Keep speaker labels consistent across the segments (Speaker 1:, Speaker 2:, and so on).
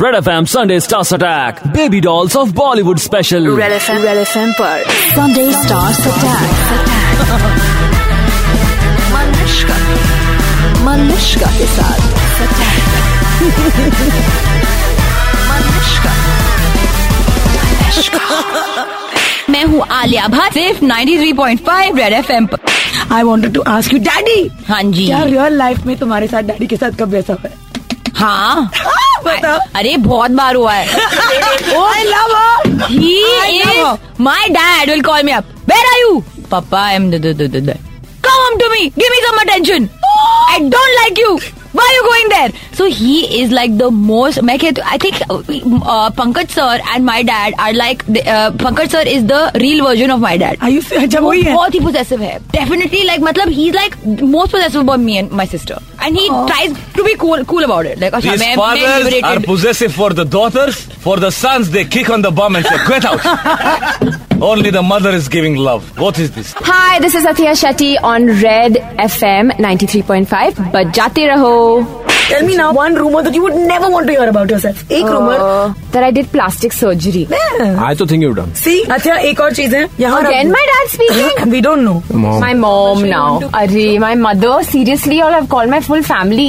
Speaker 1: Red F M Sunday stars attack baby dolls of Bollywood special
Speaker 2: Red F M Red F M पर Sunday stars attack मनुष्का मनुष्का के साथ
Speaker 3: मैं हूँ आलिया भट्ट सिर्फ 93.5 रेड एफएम पर
Speaker 4: I wanted to ask you daddy
Speaker 3: हाँ जी
Speaker 4: क्या रियल लाइफ में तुम्हारे साथ डैडी के साथ कब ऐसा हुआ है?
Speaker 3: हाँ
Speaker 4: बताओ।
Speaker 3: अरे बहुत बार हुआ है
Speaker 4: I love her. I know.
Speaker 3: My dad will call me up where are you पापा I am come home to me give me some attention i don't like you why are you going there so he is like the most मैं कहती I think uh, Pankaj sir and my dad are like Pankaj sir is the real version of my dad
Speaker 4: Are you- जब
Speaker 3: वो
Speaker 4: वही है
Speaker 3: बहुत ही possessive है definitely like मतलब he is like most possessive about me and my sister and he
Speaker 5: Oh.
Speaker 3: Tries to be cool cool about it like अच्छा
Speaker 6: These
Speaker 3: मैं मैं
Speaker 6: fathers are
Speaker 3: liberated.
Speaker 6: possessive for the daughters. For the sons, they kick on the bum and say, "Get out." Only the mother is giving love. What is this?
Speaker 5: Hi, this is Athiya Shetty on Red FM 93.5. Bajate raho.
Speaker 4: Tell me now one rumour that you would never want to hear about yourself एक rumour
Speaker 5: That I did plastic surgery.
Speaker 1: I तो think you done
Speaker 4: see अच्छा एक और चीज है यहाँ
Speaker 5: Again, my dad speaking.
Speaker 4: We don't know
Speaker 5: My mom now. अरे my mother seriously और I've called my full family.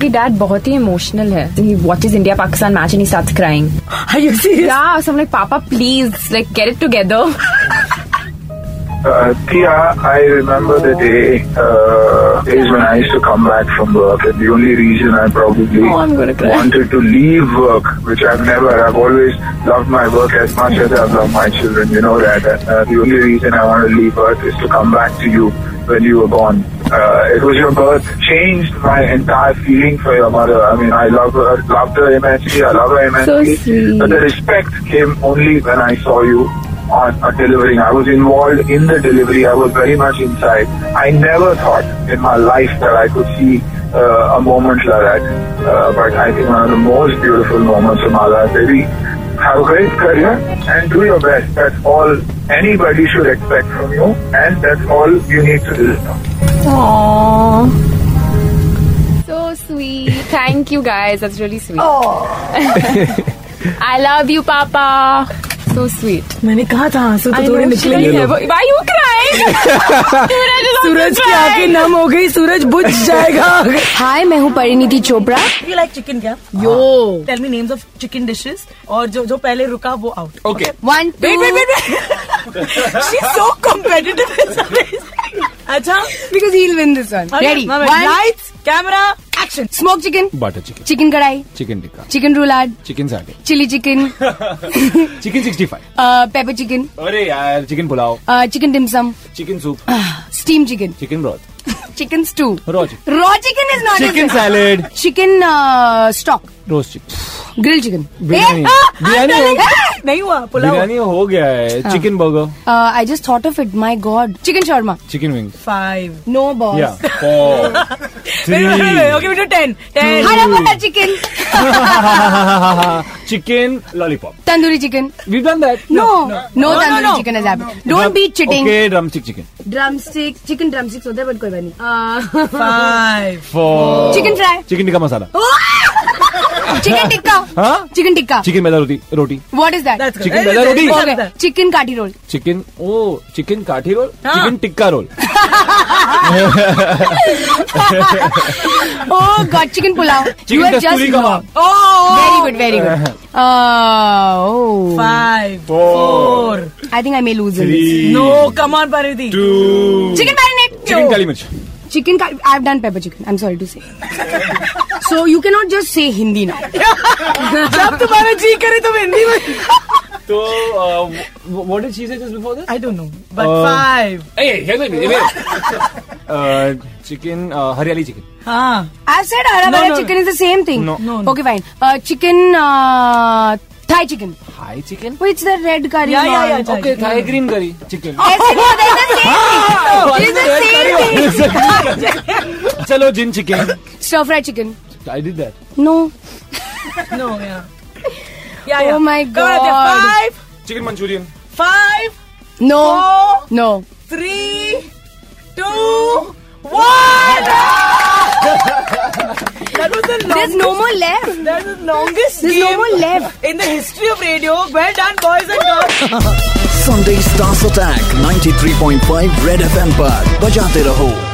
Speaker 5: कि dad बहुत ही emotional है. He watches India Pakistan match and he starts crying.
Speaker 4: Are you serious
Speaker 5: Yeah, so I'm like Papa please like get it together.
Speaker 7: Uh, Tia, I remember the day, uh, days when I used to come back from work, and the only reason I probably wanted to leave work, which I've never, I've always loved my work as much as I've loved my children, you know that. And, uh, the only reason I want to leave work is to come back to you when you were born. Uh, it was your birth changed my entire feeling for your mother. I mean, I love her, loved her immensely, I love her immensely. But the respect came only when I saw you on a delivering. I was involved in the delivery. I was very much inside. I never thought in my life that I could see uh, a moment like that. Uh, but I think one of the most beautiful moments of my life. Baby, have a great career and do your best. That's all anybody should expect from you, and that's all you need to do.
Speaker 5: So sweet. Thank you guys. That's really sweet. I love you Papa. So sweet.
Speaker 4: मैंने कहा था आंसू तो थोड़े निकलेंगे
Speaker 5: Why are you crying?
Speaker 4: सूरज की आंखें नम हो गई सूरज बुझ जाएगा
Speaker 2: हाय मैं हूँ Parineeti Chopra
Speaker 4: you like chicken क्या yo tell me names of chicken dishes और जो जो पहले रुका वो out
Speaker 6: Okay.
Speaker 3: One, two.
Speaker 4: Wait, wait, wait, wait. She's so competitive in some ways. अच्छा
Speaker 2: because he win this one
Speaker 4: okay,
Speaker 2: ready
Speaker 4: moment. Lights, camera, action.
Speaker 2: Smoke chicken
Speaker 6: Butter chicken,
Speaker 2: chicken kadai
Speaker 6: chicken tikka,
Speaker 2: chicken roulade
Speaker 6: chicken satay,
Speaker 2: chilli chicken
Speaker 6: chicken 65.
Speaker 5: uh,
Speaker 2: pepper chicken
Speaker 6: अरे यार, chicken pulao,
Speaker 2: chicken dim sum
Speaker 6: chicken soup,
Speaker 2: steam chicken
Speaker 6: chicken broth,
Speaker 2: chicken stew
Speaker 6: raw chicken,
Speaker 2: raw chicken is
Speaker 6: chicken
Speaker 2: not
Speaker 6: salad,
Speaker 2: chicken stock
Speaker 6: roast chicken.
Speaker 2: Grill chicken
Speaker 6: Biryani.
Speaker 2: Ah,
Speaker 6: Biryani हो-
Speaker 4: नहीं हुआ पुलाव
Speaker 6: बिरयानी हो गया है chicken burger
Speaker 2: I just thought of it my god chicken Sharma
Speaker 6: chicken wing
Speaker 4: five
Speaker 2: no boss
Speaker 6: या four
Speaker 4: okay बेटा ten ten
Speaker 2: हरा bhara chicken
Speaker 6: chicken lollipop
Speaker 2: tandoori chicken
Speaker 6: we done that
Speaker 2: No, no tandoori chicken has happened. Don't be cheating.
Speaker 6: Okay drumstick chicken
Speaker 2: Drumstick, chicken drumsticks होता है but कोई बात नहीं Uh,
Speaker 4: five
Speaker 6: four
Speaker 2: Chicken Oh. fry.
Speaker 6: Chicken tikka masala
Speaker 2: chicken tikka
Speaker 6: हाँ?
Speaker 2: Chicken tikka
Speaker 6: chicken maida roti roti
Speaker 2: what is that
Speaker 4: that's
Speaker 6: Chicken dada roti.
Speaker 2: Chicken काटी roll
Speaker 6: chicken oh
Speaker 2: oh,
Speaker 6: chicken kathi roll chicken tikka roll
Speaker 2: oh God chicken pulao you
Speaker 6: chicken
Speaker 2: are
Speaker 6: kasturi kebab
Speaker 2: just
Speaker 4: Oh!
Speaker 2: Very good very Uh-huh. Uh, good
Speaker 4: five four
Speaker 2: I think I may lose
Speaker 4: no come on Paridhi
Speaker 2: chicken
Speaker 6: chicken
Speaker 2: marinate
Speaker 6: काली मिर्च
Speaker 2: chicken I have done pepper chicken I am sorry to say so you can not just say Hindi now
Speaker 4: जब तुम्हारा जी करे तुम हिंदी में
Speaker 6: तो what did she say just before
Speaker 4: I don't know but five
Speaker 2: Uh,
Speaker 6: this chicken hariyali chicken
Speaker 4: हाँ
Speaker 2: I've said hara
Speaker 4: No,
Speaker 2: no,
Speaker 4: no,
Speaker 2: chicken is the same thing.
Speaker 6: No.
Speaker 4: No, no.
Speaker 2: Okay, fine. Uh, chicken, uh, Thai chicken.
Speaker 6: Thai chicken
Speaker 2: Which the red curry?
Speaker 4: Yeah, yeah,
Speaker 2: and all.
Speaker 4: yeah, Thai.
Speaker 6: Okay Thai green curry chicken
Speaker 2: Yes, it is. That's the same thing. It is the same thing.
Speaker 6: चलो जिन chicken
Speaker 2: Stir fried chicken.
Speaker 6: I did that
Speaker 2: No.
Speaker 4: No yeah या
Speaker 2: Oh my God.
Speaker 4: Five
Speaker 6: chicken Manchurian
Speaker 4: five
Speaker 2: No.
Speaker 4: Four
Speaker 2: No.
Speaker 4: three, two, one. That was the longest.
Speaker 2: There's no more left.
Speaker 4: That was the longest
Speaker 2: There's no
Speaker 4: game
Speaker 2: more left.
Speaker 4: in the history of radio. Well done, boys and girls.
Speaker 8: Sunday Stars Attack 93.5 Red FM पर बजाते रहो